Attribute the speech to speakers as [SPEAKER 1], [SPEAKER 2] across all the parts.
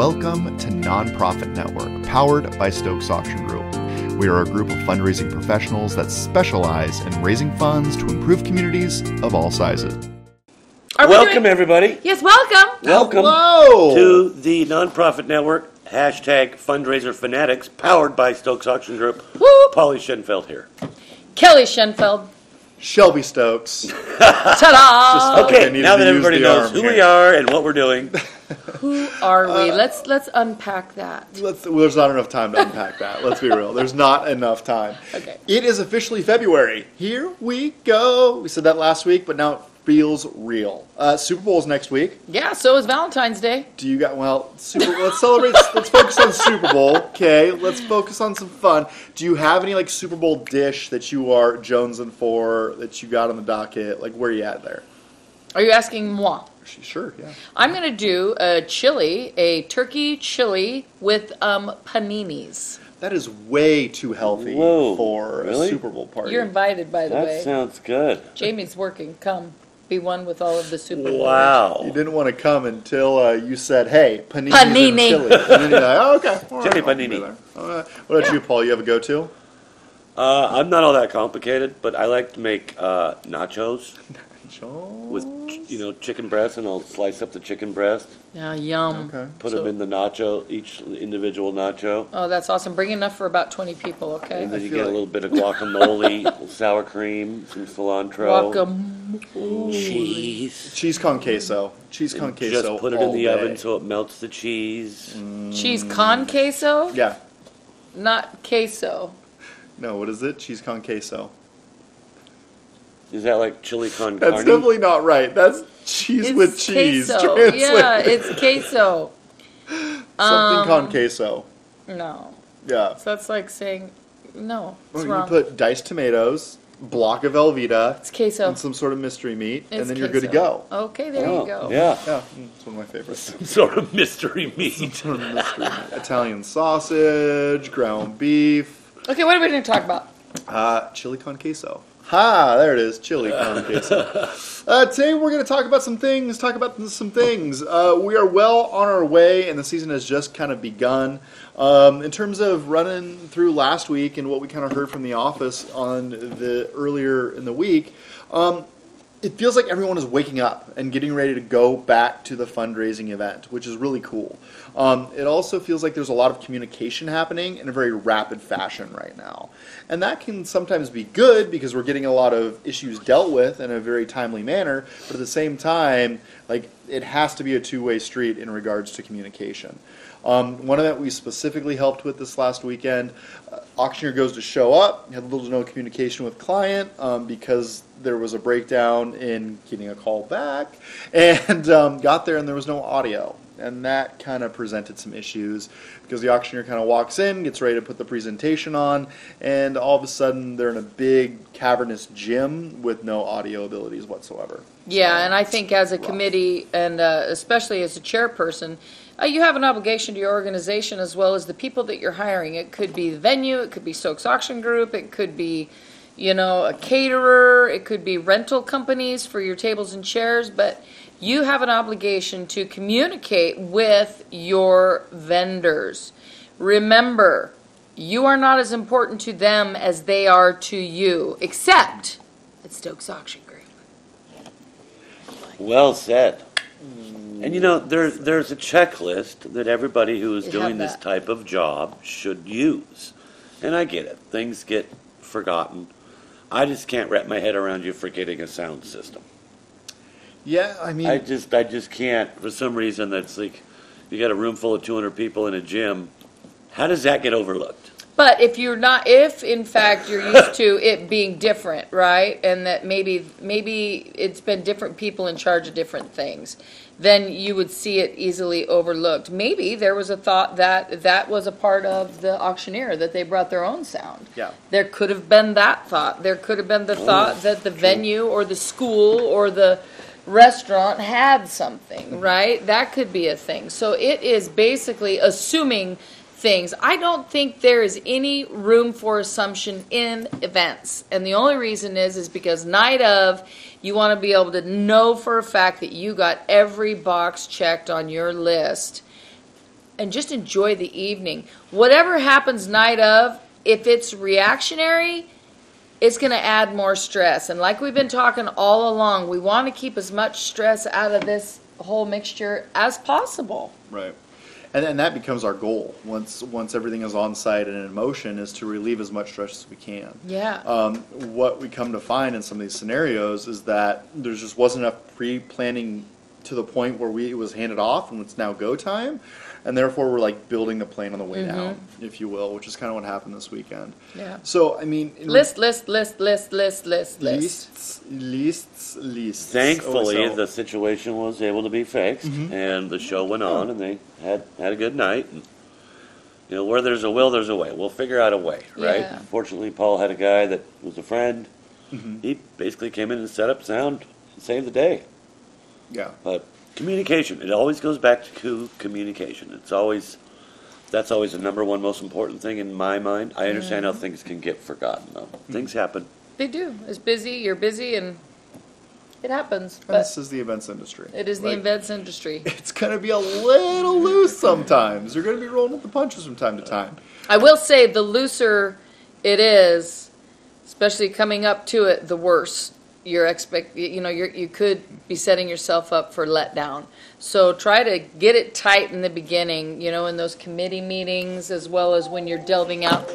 [SPEAKER 1] Welcome to Nonprofit Network, powered by Stokes Auction Group. We are a group of fundraising professionals that specialize in raising funds to improve communities of all sizes.
[SPEAKER 2] Are we
[SPEAKER 3] Welcome,
[SPEAKER 2] doing-
[SPEAKER 3] everybody.
[SPEAKER 2] Yes, welcome.
[SPEAKER 3] Welcome
[SPEAKER 1] Hello!
[SPEAKER 3] to the nonprofit network, hashtag fundraiser fanatics, powered by Stokes Auction Group.
[SPEAKER 2] Whoop.
[SPEAKER 3] Polly Schoenfeld here.
[SPEAKER 2] Kelly Schoenfeld.
[SPEAKER 1] Shelby Stokes.
[SPEAKER 2] Ta-da!
[SPEAKER 1] like I
[SPEAKER 3] Okay,
[SPEAKER 1] needed
[SPEAKER 3] now
[SPEAKER 1] to
[SPEAKER 3] that
[SPEAKER 1] use
[SPEAKER 3] everybody
[SPEAKER 1] the
[SPEAKER 3] knows
[SPEAKER 1] arm
[SPEAKER 3] who
[SPEAKER 1] here.
[SPEAKER 3] we are and what we're doing,
[SPEAKER 2] Who are
[SPEAKER 3] Uh,
[SPEAKER 2] we? Let's let's unpack that.
[SPEAKER 1] Let's, well, there's not enough time to unpack that. Let's be real. There's not enough time.
[SPEAKER 2] Okay.
[SPEAKER 1] It is officially February. Here we go. We said that last week, but now it feels real. Uh, Super Bowl's next week.
[SPEAKER 2] Yeah, so is Valentine's Day.
[SPEAKER 1] Do you got well? Super, let's celebrate. let's focus on Super Bowl. Okay. Let's focus on some fun. Do you have any like Super Bowl dish that you are jonesing for that you got on the docket? Like where you at there?
[SPEAKER 2] Are you asking moi?
[SPEAKER 1] Sh- Sure. Yeah.
[SPEAKER 2] I'm gonna do a chili, a turkey chili with um paninis.
[SPEAKER 1] That is way too healthy
[SPEAKER 3] Whoa,
[SPEAKER 1] for
[SPEAKER 3] really?
[SPEAKER 1] a Super Bowl party.
[SPEAKER 2] You're invited, by the
[SPEAKER 3] that
[SPEAKER 2] way.
[SPEAKER 3] sounds good.
[SPEAKER 2] Jamie's working. Come, be one with all of the super.
[SPEAKER 1] you
[SPEAKER 3] Wow.
[SPEAKER 1] didn't want to come until uh, you said, "Hey, panini."
[SPEAKER 2] Panini.
[SPEAKER 1] And then you're like, "Oh, okay. all
[SPEAKER 3] Chili
[SPEAKER 1] I'll be
[SPEAKER 3] panini.
[SPEAKER 1] there." All right. What about you, Paul? You have a go-to?
[SPEAKER 3] Uh, I'm not all that complicated, but I like to make uh, nachos with, you know, chicken breast, and I'll slice up the chicken breast,
[SPEAKER 2] Yeah, yum.
[SPEAKER 1] Okay.
[SPEAKER 3] put
[SPEAKER 2] So-
[SPEAKER 3] them in the nacho, each individual nacho,
[SPEAKER 2] Oh, that's awesome. Bring enough for about 20 people,
[SPEAKER 3] and
[SPEAKER 2] okay?
[SPEAKER 3] then
[SPEAKER 1] I
[SPEAKER 3] you
[SPEAKER 1] feel
[SPEAKER 3] get a
[SPEAKER 1] like-
[SPEAKER 3] little bit of guacamole, sour cream, some cilantro,
[SPEAKER 2] Welcome.
[SPEAKER 3] cheese.
[SPEAKER 1] Cheese con queso. Cheese con queso.
[SPEAKER 3] Just put it
[SPEAKER 1] all
[SPEAKER 3] in the
[SPEAKER 1] day.
[SPEAKER 3] oven so it melts the cheese.
[SPEAKER 2] Cheese con queso?
[SPEAKER 1] Yeah.
[SPEAKER 2] Not queso.
[SPEAKER 1] No. What is it? Cheese con queso.
[SPEAKER 3] Is that like chili con
[SPEAKER 1] That's
[SPEAKER 3] carne?
[SPEAKER 1] definitely not right. That's cheese
[SPEAKER 2] It's
[SPEAKER 1] with cheese.
[SPEAKER 2] Queso.
[SPEAKER 1] Translate
[SPEAKER 2] Yeah, um, it's queso.
[SPEAKER 1] something con queso.
[SPEAKER 2] No.
[SPEAKER 1] Yeah.
[SPEAKER 2] So that's like saying, no, it's
[SPEAKER 1] Well, you
[SPEAKER 2] wrong.
[SPEAKER 1] put diced tomatoes, block of Velveeta,
[SPEAKER 2] it's queso.
[SPEAKER 1] and some sort of mystery meat,
[SPEAKER 2] It's
[SPEAKER 1] and then you're good to
[SPEAKER 2] queso.
[SPEAKER 1] go.
[SPEAKER 2] Okay, there
[SPEAKER 3] Oh,
[SPEAKER 2] you go.
[SPEAKER 3] Yeah.
[SPEAKER 1] Yeah, mm, it's one of my favorites.
[SPEAKER 3] Sort of mystery meat.
[SPEAKER 1] Italian sausage, ground beef,
[SPEAKER 2] Okay, what are we going to talk about?
[SPEAKER 1] uh, chili con queso. Ha! There it is, chili con queso. Uh, today we're going to talk about some things. Talk about some things. Uh, we are well on our way, and the season has just kind of begun. Um, in terms of running through last week and what we kind of heard from the office on the earlier in the week, um, it feels like everyone is waking up and getting ready to go back to the fundraising event, which is really cool. Um, it also feels like there's a lot of communication happening in a very rapid fashion right now. And that can sometimes be good because we're getting a lot of issues dealt with in a very timely manner, but at the same time, like it has to be a two way street in regards to communication. Um, one event we specifically helped with this last weekend, uh, auctioneer goes to show up, had little to no communication with client um, because there was a breakdown in getting a call back, and um, got there and there was no audio. And that kind of presented some issues because the auctioneer kind of walks in, gets ready to put the presentation on, and all of a sudden they're in a big cavernous gym with no audio abilities whatsoever.
[SPEAKER 2] Yeah, and I think as a committee, and uh, especially as a chairperson, uh, you have an obligation to your organization as well as the people that you're hiring. It could be the venue, it could be Stokes Auction Group, it could be, you know, a caterer, it could be rental companies for your tables and chairs, but you have an obligation to communicate with your vendors. Remember, you are not as important to them as they are to you, except at Stokes Auction Group.
[SPEAKER 3] well said. And you know, there, there's a checklist that everybody who is
[SPEAKER 2] You have
[SPEAKER 3] doing this
[SPEAKER 2] that.
[SPEAKER 3] type of job should use. And I get it. Things get forgotten. I just can't wrap my head around you forgetting a sound system.
[SPEAKER 1] Yeah, I mean,
[SPEAKER 3] I just, I just can't. For some reason, that's like, you got a room full of 200 people in a gym. How does that get overlooked?
[SPEAKER 2] But if you're not, if in fact you're used to it being different, right, and that maybe maybe it's been different people in charge of different things, then you would see it easily overlooked. Maybe there was a thought that that was a part of the auctioneer that they brought their own sound.
[SPEAKER 1] Yeah.
[SPEAKER 2] There could have been that thought. There could have been the thought that the venue or the school or the restaurant had something, right? That could be a thing. So it is basically assuming things. I don't think there is any room for assumption in events. And the only reason is is because night of you want to be able to know for a fact that you got every box checked on your list and just enjoy the evening. Whatever happens night of, if it's reactionary, it's going to add more stress. And like we've been talking all along, we want to keep as much stress out of this whole mixture as possible.
[SPEAKER 1] Right. And, and that becomes our goal once once everything is on site and in motion is to relieve as much stress as we can.
[SPEAKER 2] Yeah.
[SPEAKER 1] Um, what we come to find in some of these scenarios is that there just wasn't enough pre-planning to the point where we it was handed off and it's now go time, and therefore we're like building the plane on the way down,
[SPEAKER 2] Mm-hmm.
[SPEAKER 1] if you will, which is kind of what happened this weekend.
[SPEAKER 2] Yeah.
[SPEAKER 1] So I mean, in-
[SPEAKER 2] Mm-hmm. List, list, list, list, list, list, list.
[SPEAKER 1] lists, lists, lists. Oh,
[SPEAKER 3] Thankfully,
[SPEAKER 1] OSL.
[SPEAKER 3] the situation was able to be fixed, and the show went on, and they had had a good night. And, you know, where there's a will, there's a way. We'll figure out a way, right?
[SPEAKER 2] Yeah.
[SPEAKER 3] Fortunately, Paul had a guy that was a friend. He basically came in and set up sound, and saved the day.
[SPEAKER 1] yeah.
[SPEAKER 3] But communication, it always goes back to communication. It's always that's always the number one most important thing in my mind. I understand how things can get forgotten though. Things happen.
[SPEAKER 2] They do. It's busy. You're busy, and it happens.
[SPEAKER 1] And
[SPEAKER 2] But
[SPEAKER 1] this is the events industry.
[SPEAKER 2] it is the
[SPEAKER 1] Like,
[SPEAKER 2] events industry.
[SPEAKER 1] It's gonna be a little loose sometimes. You're gonna be rolling with the punches from time to time.
[SPEAKER 2] I will say the looser it is, especially coming up to it, the worse your expect. You know, you're, you could be setting yourself up for letdown. So try to get it tight in the beginning. You know, in those committee meetings as well as when you're delving out.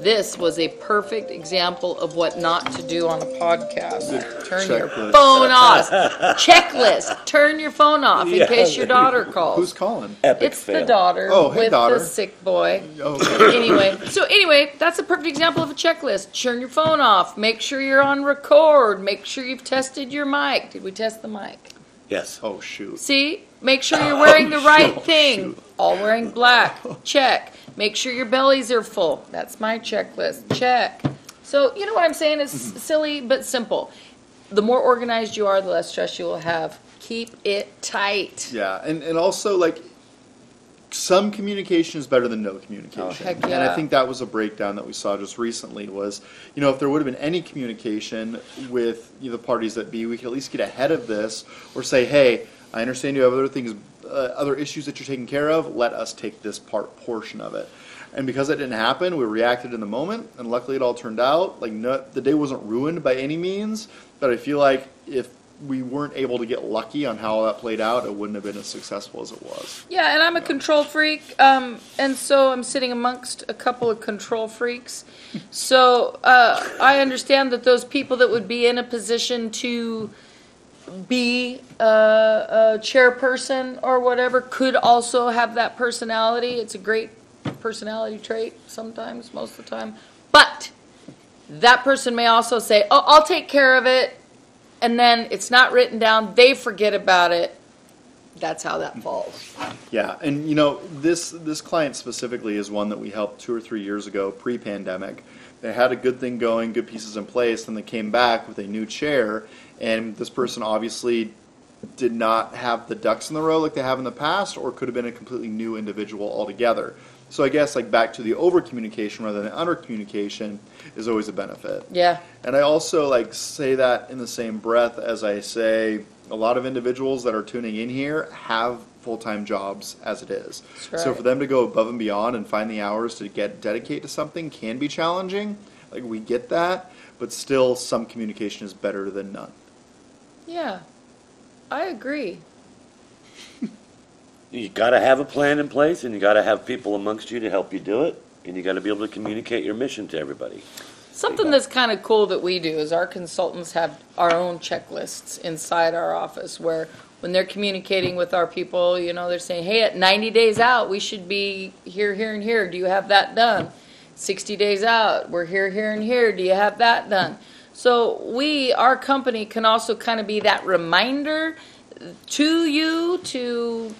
[SPEAKER 2] This was a perfect example of what not to do on a podcast. Turn your
[SPEAKER 1] Checklist.
[SPEAKER 2] phone off. Checklist. Turn your phone off in
[SPEAKER 3] Yeah.
[SPEAKER 2] case your daughter calls.
[SPEAKER 1] Who's calling?
[SPEAKER 3] Epic
[SPEAKER 2] it's
[SPEAKER 3] fail.
[SPEAKER 2] the daughter
[SPEAKER 1] Oh, hey,
[SPEAKER 2] with
[SPEAKER 1] daughter.
[SPEAKER 2] the sick boy
[SPEAKER 1] Oh,
[SPEAKER 2] anyway, so anyway, that's a perfect example of a checklist. Turn your phone off. Make sure you're on record. Make sure you've tested your mic. Did we test the mic?
[SPEAKER 3] Yes.
[SPEAKER 1] oh shoot.
[SPEAKER 2] See? Make sure you're wearing the right thing.
[SPEAKER 1] shoot.
[SPEAKER 2] All wearing black. Check. Make sure your bellies are full. That's my checklist. Check. So, you know what I'm saying? It's silly but simple. The more organized you are, the less stress you will have. Keep it tight.
[SPEAKER 1] Yeah, and, and also like some communication is better than no communication.
[SPEAKER 2] Oh, heck
[SPEAKER 1] And I
[SPEAKER 2] yeah.
[SPEAKER 1] think that was a breakdown that we saw just recently was, you know, if there would have been any communication with you know, the parties that be, we could at least get ahead of this or say, hey, I understand you have other things, uh, other issues that you're taking care of. Let us take this part portion of it. And because that didn't happen, we reacted in the moment, and luckily it all turned out. Like no, the day wasn't ruined by any means, but I feel like if we weren't able to get lucky on how that played out, it wouldn't have been as successful as it was.
[SPEAKER 2] Yeah, and I'm a control freak, um, and so I'm sitting amongst a couple of control freaks. So uh, I understand that those people that would be in a position to be uh, a chairperson or whatever could also have that personality. It's a great personality trait sometimes, most of the time. But that person may also say, "Oh, I'll take care of it," and then it's not written down. They forget about it. That's how that falls.
[SPEAKER 1] Yeah, and you know this this client specifically is one that we helped two or three years ago, pre-pandemic. They had a good thing going, good pieces in place, and they came back with a new chair, and this person obviously did not have the ducks in the row like they have in the past, or could have been a completely new individual altogether. So I guess like back to the over communication rather than under communication is always a benefit.
[SPEAKER 2] Yeah,
[SPEAKER 1] And I also like say that in the same breath as I say a lot of individuals that are tuning in here have full-time jobs as it is.
[SPEAKER 2] That's
[SPEAKER 1] So
[SPEAKER 2] right.
[SPEAKER 1] for them to go above and beyond and find the hours to get dedicate to something can be challenging. Like we get that, but still some communication is better than none.
[SPEAKER 2] yeah, I agree.
[SPEAKER 3] You gotta have a plan in place and you gotta have people amongst you to help you do it. And you gotta be able to communicate your mission to everybody.
[SPEAKER 2] Something that's kind of cool that we do is our consultants have our own checklists inside our office where when they're communicating with our people, you know, they're saying, hey, at 90 days out, we should be here, here, and here. Do you have that done? 60 days out, we're here, here, and here. Do you have that done? So we, our company, can also kind of be that reminder to you to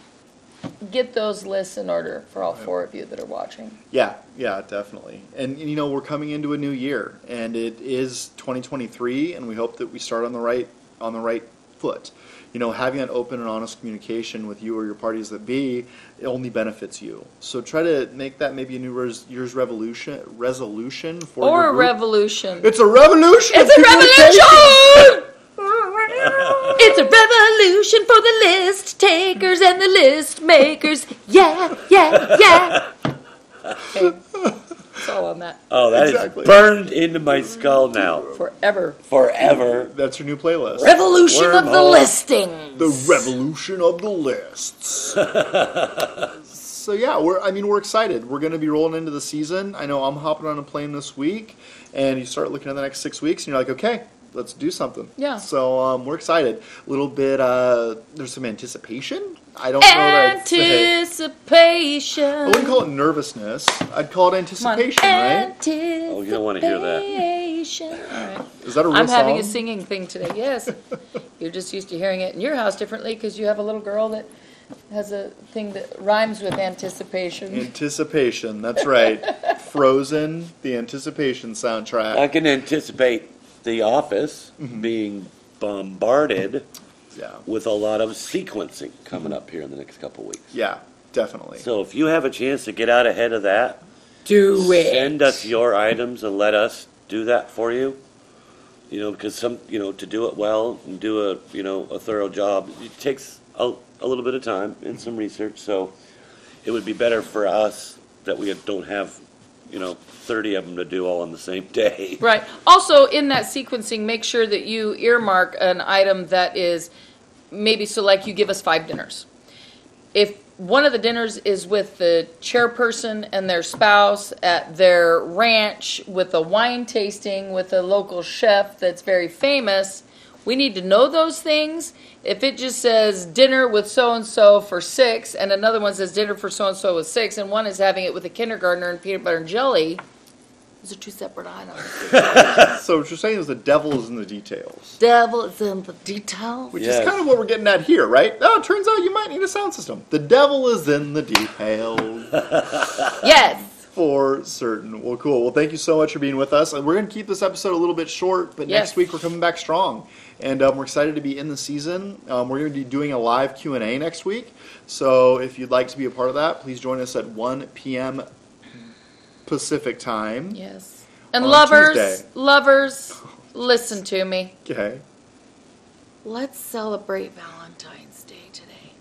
[SPEAKER 2] get those lists in order for all four of you that are watching.
[SPEAKER 1] Yeah, yeah, definitely. And, and, you know, we're coming into a new year, and it is 2023, and we hope that we start on the right on the right foot. You know, having an open and honest communication with you or your parties that be it only benefits you. So try to make that maybe a new res- year's revolution resolution for
[SPEAKER 2] Or
[SPEAKER 1] your
[SPEAKER 2] a
[SPEAKER 1] group.
[SPEAKER 2] revolution.
[SPEAKER 1] It's a revolution.
[SPEAKER 2] It's a
[SPEAKER 1] of communication!
[SPEAKER 2] revolution! it's a
[SPEAKER 4] solution for the list takers and the list makers. Yeah, yeah, yeah.
[SPEAKER 2] Okay. It's all on that
[SPEAKER 3] Oh, that is
[SPEAKER 1] Exactly.
[SPEAKER 3] burned into my skull now.
[SPEAKER 2] forever.
[SPEAKER 3] Forever.
[SPEAKER 1] That's your new playlist.
[SPEAKER 4] Revolution of the
[SPEAKER 3] Wormhole.
[SPEAKER 4] listing.
[SPEAKER 1] The revolution of the lists. so yeah, we're I mean we're excited. We're going to be rolling into the season. I know I'm hopping on a plane this week, and you start looking at the next six weeks, and you're like, okay, let's do something.
[SPEAKER 2] Yeah.
[SPEAKER 1] So um, we're excited. A little bit. Uh, there's some anticipation. I don't know. That I'd say- I
[SPEAKER 4] Anticipation.
[SPEAKER 1] wouldn't call it nervousness. I'd call it Oh, anticipation, right?
[SPEAKER 4] Anticipation.
[SPEAKER 3] Oh, you don't wanna hear that.
[SPEAKER 2] All right.
[SPEAKER 1] Is that a real
[SPEAKER 2] I'm having a
[SPEAKER 1] song?
[SPEAKER 2] singing thing today. Yes, you're just used to hearing it in your house differently because you have a little girl that has a thing that rhymes with anticipation.
[SPEAKER 1] Anticipation, that's right. Frozen, the anticipation soundtrack.
[SPEAKER 3] I can anticipate The Office being bombarded
[SPEAKER 1] Yeah,
[SPEAKER 3] with a lot of sequencing coming up here in the next couple weeks.
[SPEAKER 1] yeah, definitely.
[SPEAKER 3] So if you have a chance to get out ahead of that,
[SPEAKER 2] Do
[SPEAKER 3] send us your items and let us do that for you. You know, because some, you know, to do it well and do a, you know, a thorough job, it takes a, a little bit of time and some research. So it would be better for us that we don't have, you know, 30 of them to do all on the same day.
[SPEAKER 2] Right. Also, in that sequencing, make sure that you earmark an item that is maybe so, like you give us five dinners. If one of the dinners is with the chairperson and their spouse at their ranch with a wine tasting with a local chef that's very famous, we need to know those things. If it just says dinner with so and so for six, and another one says dinner for so and so with six, and one is having it with a kindergartner and peanut butter and jelly, those are two separate items.
[SPEAKER 1] So what you're saying is the devil is in the details,
[SPEAKER 4] Devil is in the details.
[SPEAKER 1] which
[SPEAKER 3] Yes.
[SPEAKER 1] is kind of what we're getting at here, right? Oh, it turns out you might need a sound system. The devil is in the details
[SPEAKER 4] Yes.
[SPEAKER 1] for certain. Well, cool. Well, thank you so much for being with us. And we're going to keep this episode a little bit short, but
[SPEAKER 2] Yes.
[SPEAKER 1] next week we're coming back strong, and um, we're excited to be in the season. Um, we're going to be doing a live Q and A next week. So if you'd like to be a part of that, please join us at 1 p.m. Pacific time.
[SPEAKER 2] Yes. And
[SPEAKER 1] On
[SPEAKER 2] lovers,
[SPEAKER 1] Tuesday.
[SPEAKER 2] lovers, listen to me.
[SPEAKER 1] Okay.
[SPEAKER 4] Let's celebrate Valentine's Day today.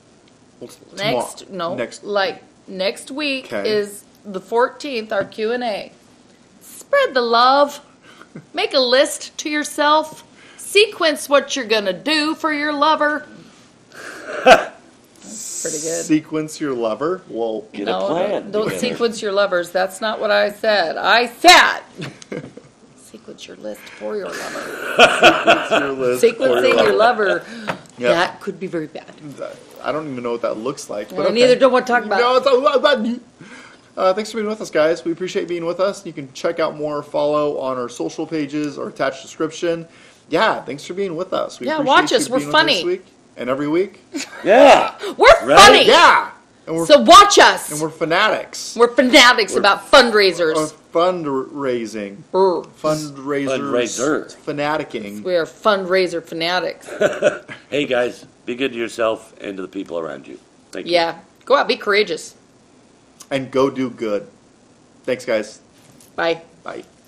[SPEAKER 1] Well, tomorrow-
[SPEAKER 2] Next, no,
[SPEAKER 1] Next.
[SPEAKER 2] like next week
[SPEAKER 1] Okay.
[SPEAKER 2] is the 14th. Our Q and A.
[SPEAKER 4] Spread the love. Make a list to yourself.
[SPEAKER 2] Sequence what you're gonna do for your lover. That's pretty good.
[SPEAKER 1] Sequence your lover. Well,
[SPEAKER 3] Get a
[SPEAKER 2] no,
[SPEAKER 3] plan.
[SPEAKER 2] don't
[SPEAKER 3] together.
[SPEAKER 2] sequence your lovers. That's not what I said. I said
[SPEAKER 4] Sequence your list for your lover.
[SPEAKER 1] your list. or
[SPEAKER 2] sequencing your lover.
[SPEAKER 1] Yeah.
[SPEAKER 2] That could be very bad.
[SPEAKER 1] I don't even know what that looks like. But
[SPEAKER 2] Well,
[SPEAKER 1] okay.
[SPEAKER 2] Neither don't want to talk about.
[SPEAKER 1] No,
[SPEAKER 2] it.
[SPEAKER 1] it's all about you. Uh, thanks for being with us, guys. We appreciate being with us. You can check out more, follow on our social pages or attached description. Yeah, thanks for being with us. We
[SPEAKER 2] Yeah,
[SPEAKER 1] appreciate
[SPEAKER 2] watch us.
[SPEAKER 1] you
[SPEAKER 2] We're
[SPEAKER 1] being with us
[SPEAKER 2] funny.
[SPEAKER 1] this week and every week.
[SPEAKER 3] Yeah.
[SPEAKER 2] We're
[SPEAKER 3] Right?
[SPEAKER 2] funny.
[SPEAKER 1] Yeah, and we're
[SPEAKER 2] So watch
[SPEAKER 1] and
[SPEAKER 2] us.
[SPEAKER 1] we're uh, fanatics
[SPEAKER 2] We're fanatics about fundraisers.
[SPEAKER 1] of fundraising,
[SPEAKER 2] Brr.
[SPEAKER 1] fundraisers,
[SPEAKER 3] Fundraiser.
[SPEAKER 1] fanaticking.
[SPEAKER 2] We are fundraiser fanatics.
[SPEAKER 3] Hey, guys, be good to yourself and to the people around you. Thank you.
[SPEAKER 2] Yeah. Go out, be courageous.
[SPEAKER 1] and go do good. Thanks, guys.
[SPEAKER 2] Bye.
[SPEAKER 1] Bye.